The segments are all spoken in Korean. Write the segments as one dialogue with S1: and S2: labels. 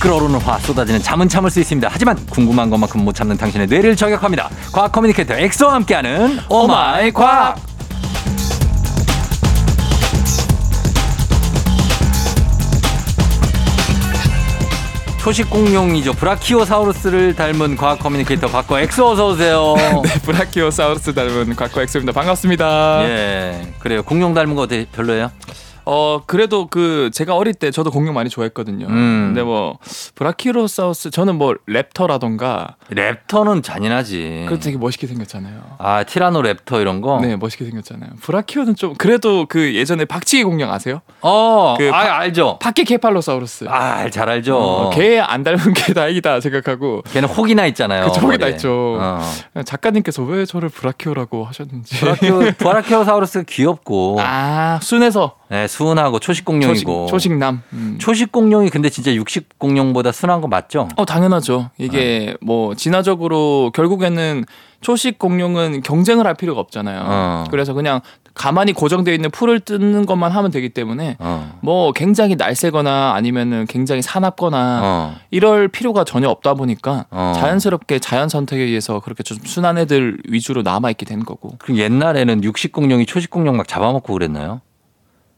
S1: 끓어오르는 화 쏟아지는 잠은 참을 수 있습니다. 하지만 궁금한 것만큼 못 참는 당신의 뇌를 저격합니다. 과학 커뮤니케이터 엑소와 함께하는 오마이 과학. 초식 공룡이죠. 브라키오사우루스를 닮은 과학 커뮤니케이터 곽거 엑소 어서 오세요.
S2: 네, 브라키오사우루스 닮은 과거 엑소입니다. 반갑습니다.
S1: 예, 그래요. 공룡 닮은 거 어때? 별로예요?
S2: 어 그래도 그 제가 어릴 때 저도 공룡 많이 좋아했거든요.
S1: 음.
S2: 근데 뭐 브라키오사우루스 저는 뭐 랩터라던가
S1: 랩터는 잔인하지.
S2: 그래도 되게 멋있게 생겼잖아요.
S1: 아 티라노랩터 이런 거.
S2: 네, 멋있게 생겼잖아요. 브라키오는 좀 그래도 그 예전에 박치기 공룡 아세요?
S1: 어,
S2: 그
S1: 아, 알죠.
S2: 파키케팔로사우루스.
S1: 아, 잘 알죠.
S2: 어, 걔안 닮은 게 다행이다 생각하고
S1: 걔는 혹이나 있잖아요.
S2: 그쵸, 혹이나
S1: 머리에.
S2: 있죠.
S1: 어.
S2: 작가님께서 왜 저를 브라키오라고 하셨는지.
S1: 브라키오, 브라키오사우루스가 귀엽고,
S2: 아 순해서
S1: 네, 순하고 초식 뭐. 공룡이고.
S2: 초식, 초식남. 음.
S1: 초식 공룡이 근데 진짜 육식 공룡보다 순한 거 맞죠?
S2: 어 당연하죠.
S1: 네.
S2: 이게 뭐 진화적으로 결국에는 초식 공룡은 경쟁을 할 필요가 없잖아요.
S1: 어.
S2: 그래서 그냥 가만히 고정되어 있는 풀을 뜯는 것만 하면 되기 때문에
S1: 어.
S2: 뭐 굉장히 날쌔거나 아니면은 굉장히 사납거나
S1: 어.
S2: 이럴 필요가 전혀 없다 보니까
S1: 어.
S2: 자연스럽게 자연 선택에 의해서 그렇게 좀 순한 애들 위주로 남아 있게 된 거고.
S1: 그럼 옛날에는 육식 공룡이 초식 공룡 막 잡아먹고 그랬나요?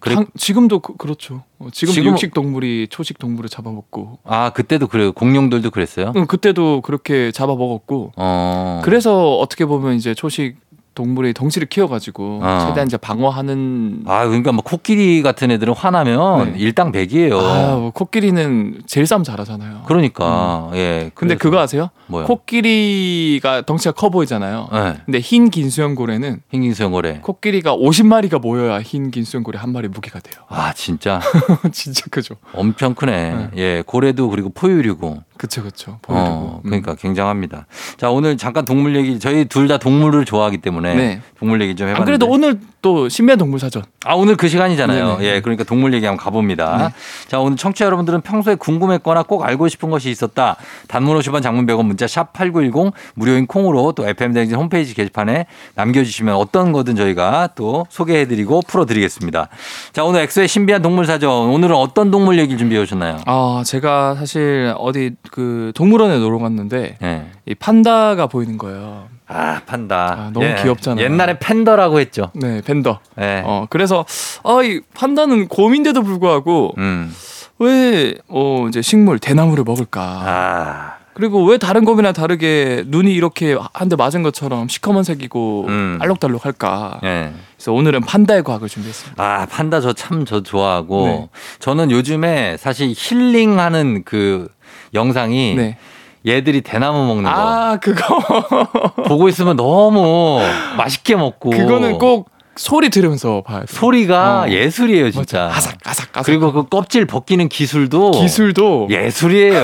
S1: 그래-
S2: 당- 지금도 그, 렇죠 지금
S1: 지금은-
S2: 육식 동물이 초식 동물을 잡아먹고.
S1: 아, 그때도 그래요. 공룡들도 그랬어요?
S2: 응, 그때도 그렇게 잡아먹었고.
S1: 어.
S2: 그래서 어떻게 보면 이제 초식 동물의 덩치를 키워가지고
S1: 어.
S2: 최대한 이제 방어하는
S1: 아, 그러니까 뭐 코끼리 같은 애들은 화나면
S2: 네.
S1: 일당백이에요.
S2: 아, 뭐 코끼리는 제일 싸움 잘하잖아요.
S1: 그러니까 예.
S2: 음. 근데
S1: 그래서-
S2: 그렇죠. 그거 아세요?
S1: 뭐요?
S2: 코끼리가 덩치가 커 보이잖아요.
S1: 예.
S2: 근데 흰긴 수염고래는
S1: 흰긴수염고래.
S2: 코끼리가 50마리가 모여야 흰긴 수염고래 한 마리 무게가 돼요.
S1: 아 진짜
S2: 진짜 크죠.
S1: 엄청 크네.
S2: 네.
S1: 예, 고래도 그리고 포유류고.
S2: 그쵸 그쵸. 보이고. 음.
S1: 어, 그러니까 굉장합니다. 자 오늘 잠깐 동물 얘기. 저희 둘 다 동물을 좋아하기 때문에
S2: 네.
S1: 동물 얘기 좀 해봤는데.
S2: 안 그래도 오늘 또 신비한 동물 사전.
S1: 아 오늘 그 시간이잖아요.
S2: 네네. 네.
S1: 예, 그러니까 동물 얘기 한번 가봅니다. 자 오늘 청취자 여러분들은 평소에 궁금했거나 꼭 알고 싶은 것이 있었다. 단문 50원, 장문 100원, 문자 샵 #8910 무료인 콩으로 또 FM 대행진 홈페이지 게시판에 남겨주시면 어떤 거든 저희가 또 소개해드리고 풀어드리겠습니다. 자 오늘 엑소의 신비한 동물 사전 오늘은 어떤 동물 얘기를 준비해 오셨나요?
S2: 아 제가 사실 어디 그 동물원에 놀러 갔는데
S1: 예.
S2: 이 판다가 보이는 거예요.
S1: 아 판다.
S2: 아, 너무 귀엽잖아요.
S1: 옛날에 팬더라고 했죠.
S2: 네 벤더.
S1: 예.
S2: 어 그래서 아이 판다는 곰인데도 불구하고
S1: 음.
S2: 왜어 이제 식물 대나무를 먹을까?
S1: 아.
S2: 그리고 왜 다른 곰이나 다르게 눈이 이렇게 한 대 맞은 것처럼 시커먼 색이고
S1: 음.
S2: 알록달록할까?
S1: 예.
S2: 그래서 오늘은 판다의 과학을 준비했습니다.
S1: 아, 판다 저 참 저 좋아하고
S2: 네.
S1: 저는 요즘에 사실 힐링하는 그 영상이
S2: 네.
S1: 얘들이 대나무 먹는 거
S2: 아 그거
S1: 보고 있으면 너무 맛있게 먹고
S2: 그거는 꼭 소리 들으면서 봐야 돼.
S1: 소리가
S2: 어.
S1: 예술이에요,
S2: 맞아.
S1: 진짜.
S2: 아삭 아삭 아삭.
S1: 그리고 그 껍질 벗기는 기술도
S2: 기술도
S1: 예술이에요.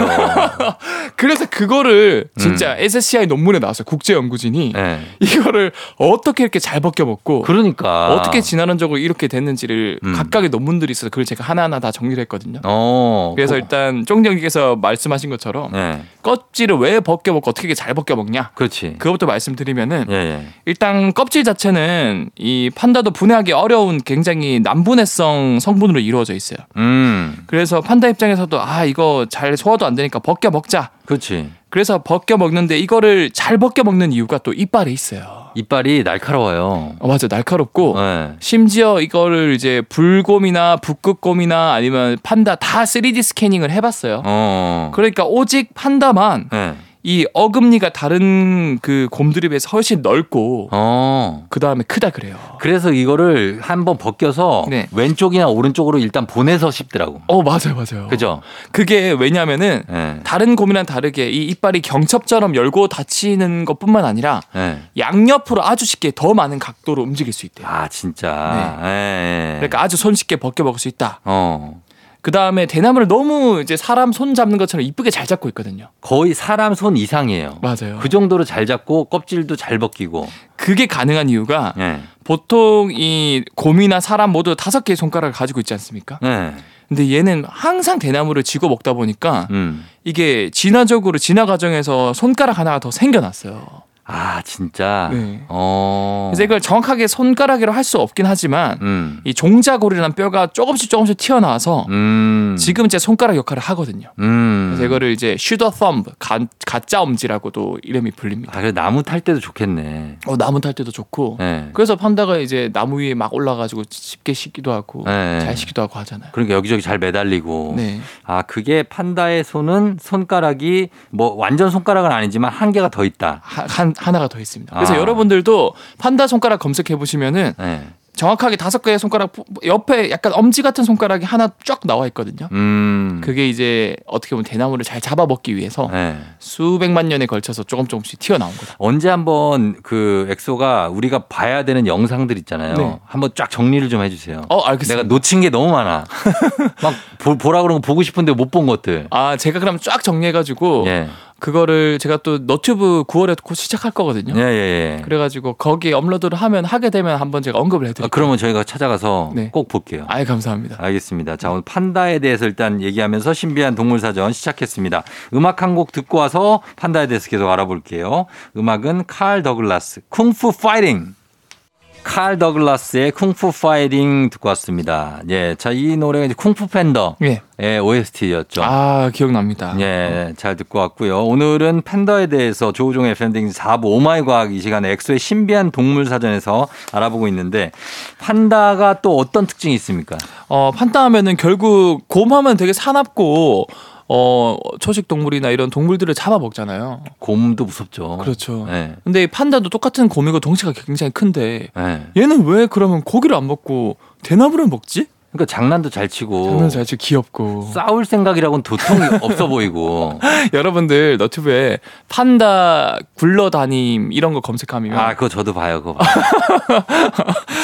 S2: 그래서 그거를
S1: 음.
S2: 진짜 SSCI 논문에 나왔어요. 국제 연구진이
S1: 네.
S2: 이거를 어떻게 이렇게 잘 벗겨 먹고
S1: 그러니까
S2: 어떻게 진화론적으로 이렇게 됐는지를
S1: 음.
S2: 각각의 논문들이 있어서 그걸 제가 하나하나 다 정리를 했거든요.
S1: 어.
S2: 그래서
S1: 그-
S2: 일단 쫑정님께서 말씀하신 것처럼
S1: 네.
S2: 껍질을 왜 벗겨 먹고 어떻게 이렇게 잘 벗겨 먹냐?
S1: 그렇지.
S2: 그것부터 말씀드리면은
S1: 예, 예.
S2: 일단 껍질 자체는 이 판다도 분해하기 어려운 굉장히 난분해성 성분으로 이루어져 있어요.
S1: 음.
S2: 그래서 판다 입장에서도 아 이거 잘 소화도 안 되니까 벗겨 먹자.
S1: 그렇지.
S2: 그래서 벗겨 먹는데 이거를 잘 벗겨 먹는 이유가 또 이빨에 있어요.
S1: 이빨이 날카로워요.
S2: 어, 맞아 날카롭고
S1: 네.
S2: 심지어 이거를 이제 불곰이나 북극곰이나 아니면 판다 다 3D 스캐닝을 해봤어요.
S1: 어.
S2: 그러니까 오직 판다만
S1: 네.
S2: 이 어금니가 다른 그 곰들에 비해서 훨씬 넓고
S1: 어.
S2: 그 다음에 크다 그래요.
S1: 그래서 이거를 한번 벗겨서
S2: 네.
S1: 왼쪽이나 오른쪽으로 일단 보내서 씹더라고.
S2: 어 네. 맞아요 맞아요.
S1: 그죠?
S2: 그게 왜냐면은
S1: 예.
S2: 다른 곰이랑 다르게 이 이빨이 경첩처럼 열고 닫히는 것뿐만 아니라
S1: 예.
S2: 양옆으로 아주 쉽게 더 많은 각도로 움직일 수 있대요.
S1: 아, 진짜. 예, 예.
S2: 네. 그러니까 아주 손쉽게 벗겨 먹을 수 있다.
S1: 어.
S2: 그 다음에 대나무를 너무 이제 사람 손 잡는 것처럼 이쁘게 잘 잡고 있거든요.
S1: 거의 사람 손 이상이에요.
S2: 맞아요.
S1: 그 정도로 잘 잡고 껍질도 잘 벗기고.
S2: 그게 가능한 이유가
S1: 예.
S2: 보통 이 곰이나 사람 모두 다섯 개의 손가락을 가지고 있지 않습니까?
S1: 예.
S2: 근데 얘는 항상 대나무를 쥐고 먹다 보니까
S1: 음.
S2: 이게 진화적으로 진화 과정에서 손가락 하나가 더 생겨났어요.
S1: 아 진짜.
S2: 네.
S1: 어.
S2: 그래서 이걸 정확하게 손가락으로 할 수 없긴 하지만
S1: 음.
S2: 이 종자골이라는 뼈가 조금씩 조금씩 튀어나와서
S1: 음.
S2: 지금 제 손가락 역할을 하거든요.
S1: 음.
S2: 그래서 이거를 이제 슈더 썸 가짜 엄지라고도 이름이 불립니다.
S1: 아, 그래 나무 탈 때도 좋겠네.
S2: 어, 나무 탈 때도 좋고
S1: 예.
S2: 그래서 판다가 이제 나무 위에 막 올라가지고 쉽게 씻기도 하고
S1: 예.
S2: 잘 씻기도 하고 하잖아요.
S1: 그러니까 여기저기 잘 매달리고.
S2: 네.
S1: 아, 그게 판다의 손은 손가락이 뭐 완전 손가락은 아니지만 한 개가 더 있다.
S2: 하- 한 하나가 더 있습니다. 그래서
S1: 아.
S2: 여러분들도 판다 손가락 검색해 보시면은
S1: 예.
S2: 정확하게 다섯 개의 손가락 부- 옆에 약간 엄지 같은 손가락이 하나 쫙 나와 있거든요.
S1: 음.
S2: 그게 어. 이제 어떻게 보면 대나무를 잘 잡아먹기 위해서
S1: 예.
S2: 수백만 년에 걸쳐서 조금 조금씩 튀어나온 거다.
S1: 언제 한번 그 엑소가 우리가 봐야 되는 영상들 있잖아요.
S2: 네.
S1: 한번 쫙 정리를 좀 해주세요.
S2: 어, 알겠습니다.
S1: 내가 놓친 게 너무 많아. 막 보, 보라 그런 거 보고 싶은데 못 본 것들.
S2: 아, 제가 그럼 쫙 정리해가지고
S1: 예.
S2: 그거를 제가 또 너튜브 9월에 곧 시작할 거거든요.
S1: 예, 예, 예.
S2: 그래가지고 거기에 업로드를 하면 하게 되면 한번 제가 언급을
S1: 아,
S2: 해드릴게요.
S1: 그러면 저희가 찾아가서
S2: 네.
S1: 꼭 볼게요.
S2: 아예 감사합니다.
S1: 네. 알겠습니다. 자, 오늘 판다에 대해서 일단 얘기하면서 신비한 동물 사전 시작했습니다. 음악 한 곡 듣고 와서 판다에 대해서 계속 알아볼게요. 음악은 칼 더글라스, 쿵푸 파이팅! 칼 더글라스의 쿵푸 파이팅 듣고 왔습니다. 예. 자, 이 노래가 이제 쿵푸 팬더의
S2: 예.
S1: OST였죠.
S2: 아, 기억납니다.
S1: 예, 잘 듣고 왔고요. 오늘은 팬더에 대해서 조우종 FM 등 4부 오마이 과학 이 시간에 엑소의 신비한 동물 사전에서 알아보고 있는데 판다가 또 어떤 특징이 있습니까?
S2: 어, 판다 하면은 결국 곰하면 되게 사납고 어, 초식 동물이나 이런 동물들을 잡아 먹잖아요.
S1: 곰도 무섭죠.
S2: 그렇죠.
S1: 예.
S2: 근데 이 판다도 똑같은 곰이고 덩치가 굉장히 큰데
S1: 예.
S2: 얘는 왜 그러면 고기를 안 먹고 대나무를 먹지?
S1: 그러니까 장난도 잘 치고
S2: 장난 잘 치고 귀엽고
S1: 싸울 생각이라고는 도통 없어 보이고.
S2: 여러분들 너튜브에 판다 굴러다님 이런 거 검색하면
S1: 아, 그거 저도 봐요. 그거 봐요.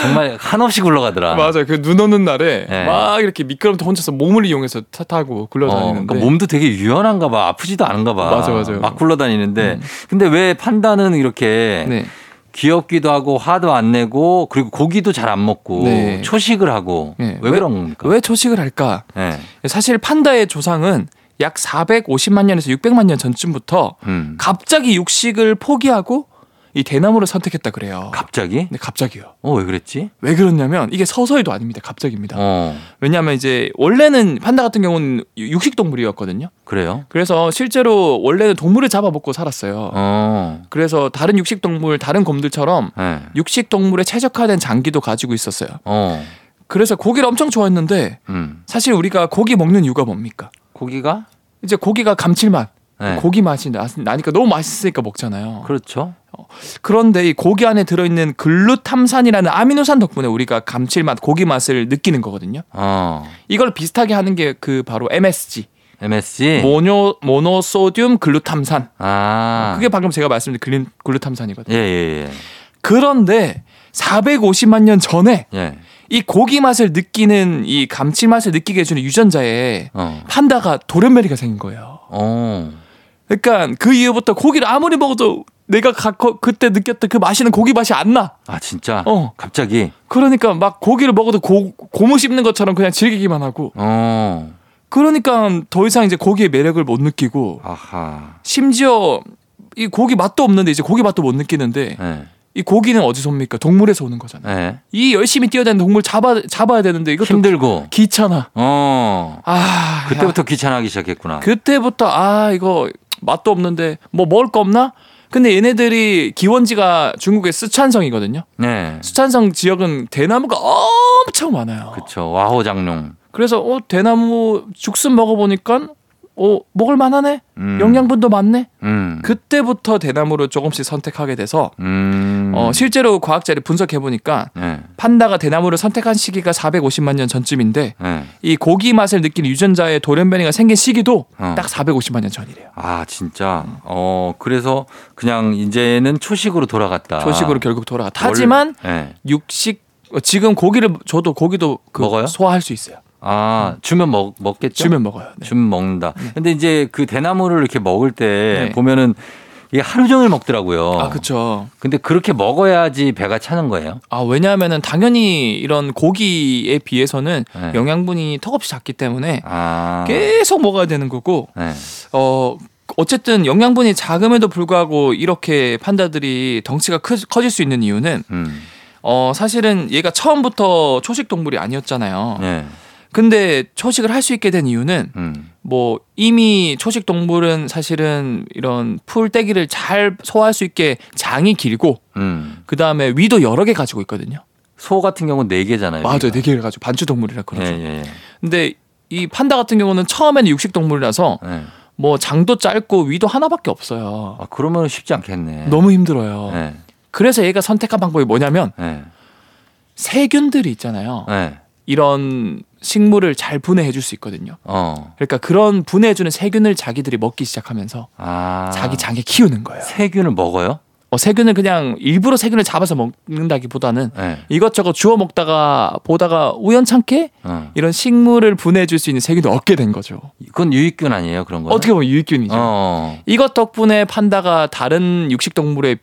S1: 정말 한없이 굴러가더라. 어,
S2: 맞아요. 그 눈 오는 날에
S1: 네.
S2: 막 이렇게 미끄럼틀 혼자서 몸을 이용해서 타 타고
S1: 어,
S2: 굴러다니는데
S1: 그러니까 몸도 되게 유연한가 봐. 아프지도 않은가 봐.
S2: 맞아, 맞아요. 음.
S1: 막 굴러다니는데. 근데 왜 판다는 이렇게
S2: 네.
S1: 귀엽기도 하고 화도 안 내고 그리고 고기도 잘 안 먹고
S2: 네.
S1: 초식을 하고
S2: 네.
S1: 왜 그런 겁니까?
S2: 왜 초식을 할까?
S1: 네.
S2: 사실 판다의 조상은 약 450만 년에서 600만 년 전쯤부터
S1: 음.
S2: 갑자기 육식을 포기하고 이 대나무를 선택했다 그래요.
S1: 갑자기?
S2: 근데 갑자기요.
S1: 어 왜 그랬지?
S2: 왜 그러냐면 이게 서서히도 아닙니다. 갑자기입니다.
S1: 어
S2: 왜냐하면 이제 원래는 판다 같은 경우는 육식 동물이었거든요.
S1: 그래요?
S2: 그래서 실제로 원래는 동물을 잡아먹고 살았어요.
S1: 어.
S2: 그래서 다른 육식 동물, 다른 곰들처럼
S1: 네.
S2: 육식 동물에 최적화된 장기도 가지고 있었어요.
S1: 어.
S2: 그래서 고기를 엄청 좋아했는데
S1: 음.
S2: 사실 우리가 고기 먹는 이유가 뭡니까?
S1: 고기가?
S2: 이제 고기가 감칠맛,
S1: 네.
S2: 고기 맛이 나- 나니까 너무 맛있으니까 먹잖아요.
S1: 그렇죠.
S2: 그런데 이 고기 안에 들어있는 글루탐산이라는 아미노산 덕분에 우리가 감칠맛, 고기 맛을 느끼는 거거든요.
S1: 어.
S2: 이걸 비슷하게 하는 게 그 바로 MSG,
S1: MSG.
S2: 모노 모노소듐 글루탐산.
S1: 아.
S2: 그게 방금 제가 말씀드린 글린- 글루탐산이거든요.
S1: 예, 예,
S2: 그런데 450만 년 전에
S1: 예. 예.
S2: 이 고기 맛을 느끼는 이 감칠맛을 느끼게 해주는 유전자에
S1: 어.
S2: 판다가 돌연변이가 생긴 거예요.
S1: 어.
S2: 그러니까 그 이후부터 고기를 아무리 먹어도 내가 가- 거- 그때 느꼈던 그 맛이는 고기 맛이 안 나.
S1: 아, 진짜?
S2: 어.
S1: 갑자기?
S2: 그러니까 막 고기를 먹어도 고, 고무 씹는 것처럼 그냥 즐기기만 하고.
S1: 어.
S2: 그러니까 더 이상 이제 고기의 매력을 못 느끼고
S1: 아하.
S2: 심지어 이 고기 맛도 없는데 이제 고기 맛도 못 느끼는데
S1: 예.
S2: 이 고기는 어디서 옵니까? 동물에서 오는 거잖아요.
S1: 예.
S2: 이 열심히 뛰어다니는 동물 잡아 잡아야 되는데 이것도
S1: 힘들고.
S2: 귀찮아.
S1: 어.
S2: 아 야,
S1: 그때부터 귀찮아하기 시작했구나.
S2: 그때부터 아 이거 맛도 없는데 뭐 먹을 거 없나? 근데 얘네들이 기원지가 중국의 쓰촨성이거든요.
S1: 네.
S2: 쓰촨성 지역은 대나무가 엄청 많아요.
S1: 그렇죠. 와호 장룡.
S2: 그래서 어 대나무 죽순 먹어보니까 어 먹을 만하네.
S1: 음.
S2: 영양분도 많네.
S1: 음.
S2: 그때부터 대나무를 조금씩 선택하게 돼서
S1: 음.
S2: 어 실제로 과학자들이 분석해 보니까
S1: 네.
S2: 판다가 대나무를 선택한 시기가 450만 년 전쯤인데
S1: 네.
S2: 이 고기 맛을 느끼는 유전자의 돌연변이가 생긴 시기도
S1: 어.
S2: 딱 450만 년 전이래요.
S1: 아, 진짜. 어, 그래서 그냥 이제는 초식으로 돌아갔다.
S2: 조식으로 결국 돌아갔다. 하지만
S1: 원래- 네.
S2: 육식 어, 지금 고기를 줘도 고기도 그
S1: 먹어요?
S2: 소화할 수 있어요.
S1: 아, 주면 먹, 먹겠죠?
S2: 주면 먹어요. 네.
S1: 줌 먹는다. 근데 이제 그 대나무를 이렇게 먹을 때
S2: 네.
S1: 보면은 이게 하루 종일 먹더라고요.
S2: 아 그렇죠.
S1: 근데 그렇게 먹어야지 배가 차는 거예요.
S2: 아 왜냐하면은 당연히 이런 고기에 비해서는
S1: 네.
S2: 영양분이 턱없이 작기 때문에
S1: 아.
S2: 계속 먹어야 되는 거고
S1: 네.
S2: 어 어쨌든 영양분이 작음에도 불구하고 이렇게 판다들이 덩치가 크, 커질 수 있는 이유는
S1: 음.
S2: 어 사실은 얘가 처음부터 초식 동물이 아니었잖아요.
S1: 예.
S2: 근데 초식을 할 수 있게 된 이유는
S1: 음.
S2: 뭐 이미 초식 동물은 사실은 이런 풀떼기를 잘 소화할 수 있게 장이 길고
S1: 음.
S2: 그 다음에 위도 여러 개 가지고 있거든요.
S1: 소 같은 경우는 네 개잖아요.
S2: 맞아요,
S1: 그러니까.
S2: 네 그렇죠. 개를 가지고 반주 동물이라
S1: 예,
S2: 그러죠.
S1: 예,
S2: 근데 이 판다 같은 경우는 처음에는 육식 동물이라서
S1: 예. 예.
S2: 뭐 장도 짧고 위도 하나밖에 없어요.
S1: 아, 그러면 쉽지 않겠네.
S2: 너무 힘들어요.
S1: 예.
S2: 그래서 얘가 선택한 방법이 뭐냐면
S1: 예.
S2: 세균들이 있잖아요.
S1: 예.
S2: 이런 식물을 잘 분해해 줄 수 있거든요.
S1: 어.
S2: 그러니까 그런 분해해 주는 세균을 자기들이 먹기 시작하면서
S1: 아.
S2: 자기 장에 키우는 거예요.
S1: 세균을 먹어요?
S2: 어, 세균을 그냥 일부러 세균을 잡아서 먹는다기보다는
S1: 예.
S2: 이것저것 주워 먹다가 보다가 우연찮게
S1: 어.
S2: 이런 식물을 분해해 줄 수 있는 세균을 얻게 된 거죠.
S1: 그건 유익균 아니에요, 그런 거?
S2: 어떻게 보면 유익균이죠.
S1: 어.
S2: 이것 덕분에 판다가 다른 육식 동물과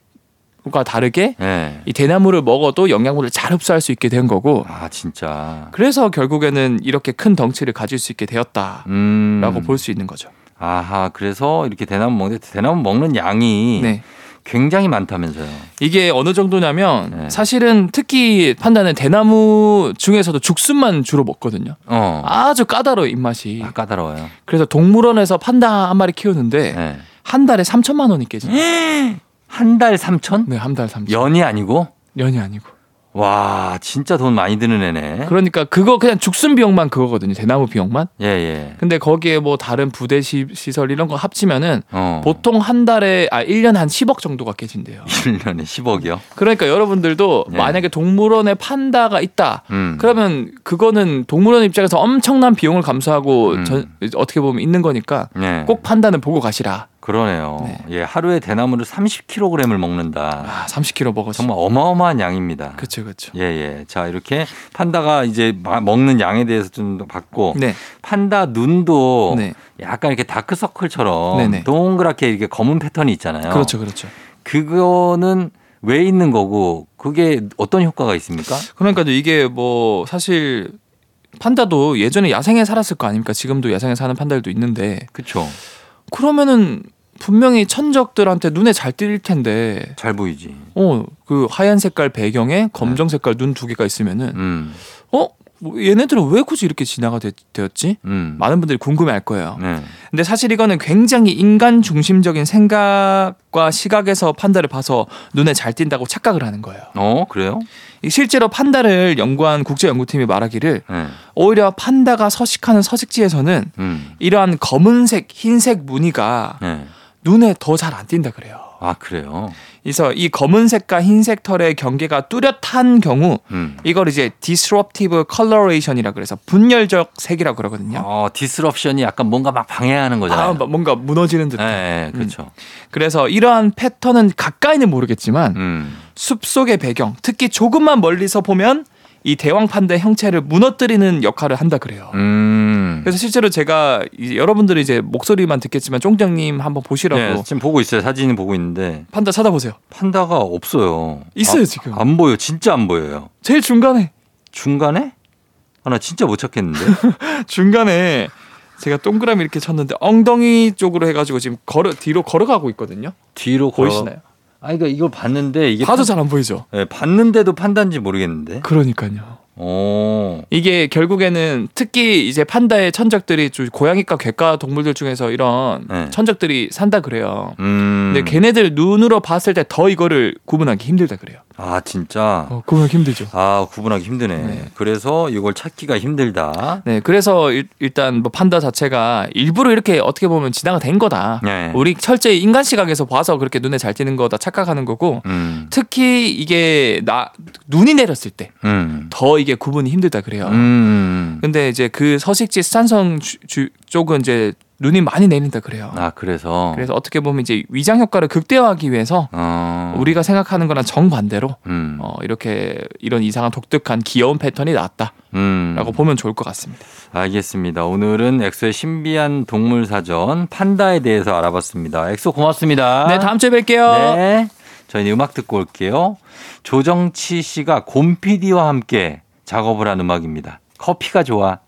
S2: 다르게
S1: 예.
S2: 이 대나무를 먹어도 영양분을 잘 흡수할 수 있게 된 거고
S1: 아, 진짜.
S2: 그래서 결국에는 이렇게 큰 덩치를 가질 수 있게 되었다라고
S1: 음.
S2: 볼 수 있는 거죠.
S1: 아하, 그래서 이렇게 대나무 먹는데 대나무 먹는 양이
S2: 네.
S1: 굉장히 많다면서요.
S2: 이게 어느 정도냐면
S1: 네.
S2: 사실은 특히 판다는 대나무 중에서도 죽순만 주로 먹거든요.
S1: 어.
S2: 아주 까다로워 입맛이.
S1: 아, 까다로워요.
S2: 그래서 동물원에서 판다 한 마리 키우는데
S1: 예.
S2: 한 달에 3천만 원이 깨지네.
S1: 한 달 3천?
S2: 네, 한 달 3천.
S1: 연이 아니고?
S2: 연이 아니고.
S1: 와, 진짜 돈 많이 드는 예. 애네.
S2: 그러니까 그거 그냥 죽순 비용만 그거거든요. 대나무 비용만.
S1: 예, 예.
S2: 근데 거기에 뭐 다른 부대 시, 시설 이런 거 합치면은
S1: 어.
S2: 보통 한 달에 아 1년 한 10억 정도가 깨진대요.
S1: 1년에 10억이요?
S2: 그러니까 여러분들도
S1: 네.
S2: 만약에 동물원에 판다가 있다.
S1: 음.
S2: 그러면 그거는 동물원 입장에서 엄청난 비용을 감수하고
S1: 음.
S2: 전- 어떻게 보면 있는 거니까
S1: 예.
S2: 꼭 판다는 보고 가시라.
S1: 그러네요.
S2: 네.
S1: 예, 하루에 대나무를 30kg을 먹는다.
S2: 아, 30kg 먹었어.
S1: 정말 어마어마한 양입니다.
S2: 그렇죠, 그렇죠.
S1: 예, 예. 자, 이렇게 판다가 이제 마- 먹는 양에 대해서 좀더 봤고
S2: 네,
S1: 판다 눈도
S2: 네,
S1: 약간 이렇게 다크서클처럼
S2: 네네.
S1: 동그랗게 이렇게 검은 패턴이 있잖아요.
S2: 그렇죠, 그렇죠.
S1: 그거는 왜 있는 거고 그게 어떤 효과가 있습니까?
S2: 그러니까 이게 뭐 사실 판다도 예전에 야생에 살았을 거 아닙니까? 지금도 야생에 사는 판다들도 있는데
S1: 그렇죠.
S2: 그러면은 분명히 천적들한테 눈에 잘 띌 텐데
S1: 잘 보이지.
S2: 어, 그 하얀 색깔 배경에 검정 색깔 눈 두 개가 있으면은
S1: 음.
S2: 어, 뭐 얘네들은 왜 굳이 이렇게 진화가 되, 었지
S1: 음.
S2: 많은 분들이 궁금해할 거예요.
S1: 네.
S2: 근데 사실 이거는 굉장히 인간 중심적인 생각과 시각에서 판다를 봐서 눈에 잘 띈다고 착각을 하는 거예요.
S1: 어, 그래요?
S2: 이 실제로 판다를 연구한 국제 연구팀이 말하기를
S1: 네.
S2: 오히려 판다가 서식하는 서식지에서는
S1: 음.
S2: 이러한 검은색, 흰색 무늬가
S1: 네.
S2: 눈에 더 잘 안 띈다 그래요.
S1: 아, 그래요.
S2: 그래서 이 검은색과 흰색 털의 경계가 뚜렷한 경우
S1: 음.
S2: 이걸 이제 disruptive coloration이라 그래서 분열적 색이라 고 그러거든요.
S1: 어, 디스럽션이 약간 뭔가 막 방해하는
S2: 아,
S1: 거잖아요.
S2: 막 음. 뭔가 무너지는 듯한.
S1: 예, 예, 그렇죠.
S2: 그래서 이러한 패턴은 가까이는 모르겠지만
S1: 음.
S2: 숲속의 배경, 특히 조금만 멀리서 보면 이 대왕 판다의 형체를 무너뜨리는 역할을 한다 그래요.
S1: 음.
S2: 그래서 실제로 제가 이제 여러분들이 이제 목소리만 듣겠지만 쫑장님 한번 보시라고
S1: 네, 지금 보고 있어요. 사진이 보고 있는데
S2: 판다 찾아보세요.
S1: 판다가 없어요.
S2: 있어요
S1: 아,
S2: 지금.
S1: 안 보여. 진짜 안 보여요.
S2: 제일 중간에
S1: 중간에? 아, 나 진짜 못 찾겠는데.
S2: 중간에 제가 동그라미 이렇게 쳤는데 엉덩이 쪽으로 해가지고 지금 걸어 뒤로 걸어가고 있거든요.
S1: 뒤로 걸어-
S2: 보이시나요?
S1: 아, 그러니까 이걸 봤는데 이게
S2: 봐도
S1: 판-
S2: 잘 안 보이죠.
S1: 예, 봤는데도 판단지 모르겠는데.
S2: 그러니까요.
S1: 오.
S2: 이게 결국에는 특히 이제 판다의 천적들이 좀 고양이과 객과 동물들 중에서 이런
S1: 네.
S2: 천적들이 산다 그래요.
S1: 음.
S2: 근데 걔네들 눈으로 봤을 때 더 이거를 구분하기 힘들다 그래요.
S1: 아, 진짜.
S2: 어, 구분하기 힘들죠.
S1: 아, 구분하기 힘드네.
S2: 네.
S1: 그래서 이걸 찾기가 힘들다.
S2: 네, 그래서 일, 일단 뭐 판다 자체가 일부러 이렇게 어떻게 보면 진화가 된 거다.
S1: 네.
S2: 아, 우리 철저히 인간 시각에서 봐서 그렇게 눈에 잘 띄는 거다 착각하는 거고
S1: 음.
S2: 특히 이게 나 눈이 내렸을
S1: 음.
S2: 때 더 이게 구분이 힘들다 그래요.
S1: 음.
S2: 근데 이제 그 서식지 수산성 주- 주- 쪽은 이제 눈이 많이 내린다 그래요.
S1: 아, 그래서
S2: 그래서 어떻게 보면 이제 위장 효과를 극대화하기 위해서
S1: 어.
S2: 우리가 생각하는 거랑 정반대로
S1: 음.
S2: 어, 이렇게 이런 이상한 독특한 귀여운 패턴이 나왔다라고
S1: 음.
S2: 보면 좋을 것 같습니다.
S1: 알겠습니다. 오늘은 엑소의 신비한 동물 사전 판다에 대해서 알아봤습니다. 엑소 고맙습니다.
S2: 네, 다음 주에 뵐게요.
S1: 네. 저희는 음악 듣고 올게요. 조정치 씨가 곰 PD와 함께 작업을 한 음악입니다. 커피가 좋아.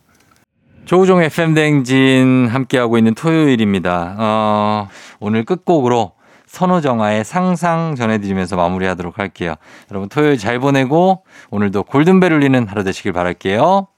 S1: 조우종 FM 댕진 함께하고 있는 토요일입니다. 어, 오늘 끝곡으로 선호정아의 상상 전해드리면서 마무리하도록 할게요. 여러분 토요일 잘 보내고 오늘도 골든벨 울리는 하루 되시길 바랄게요.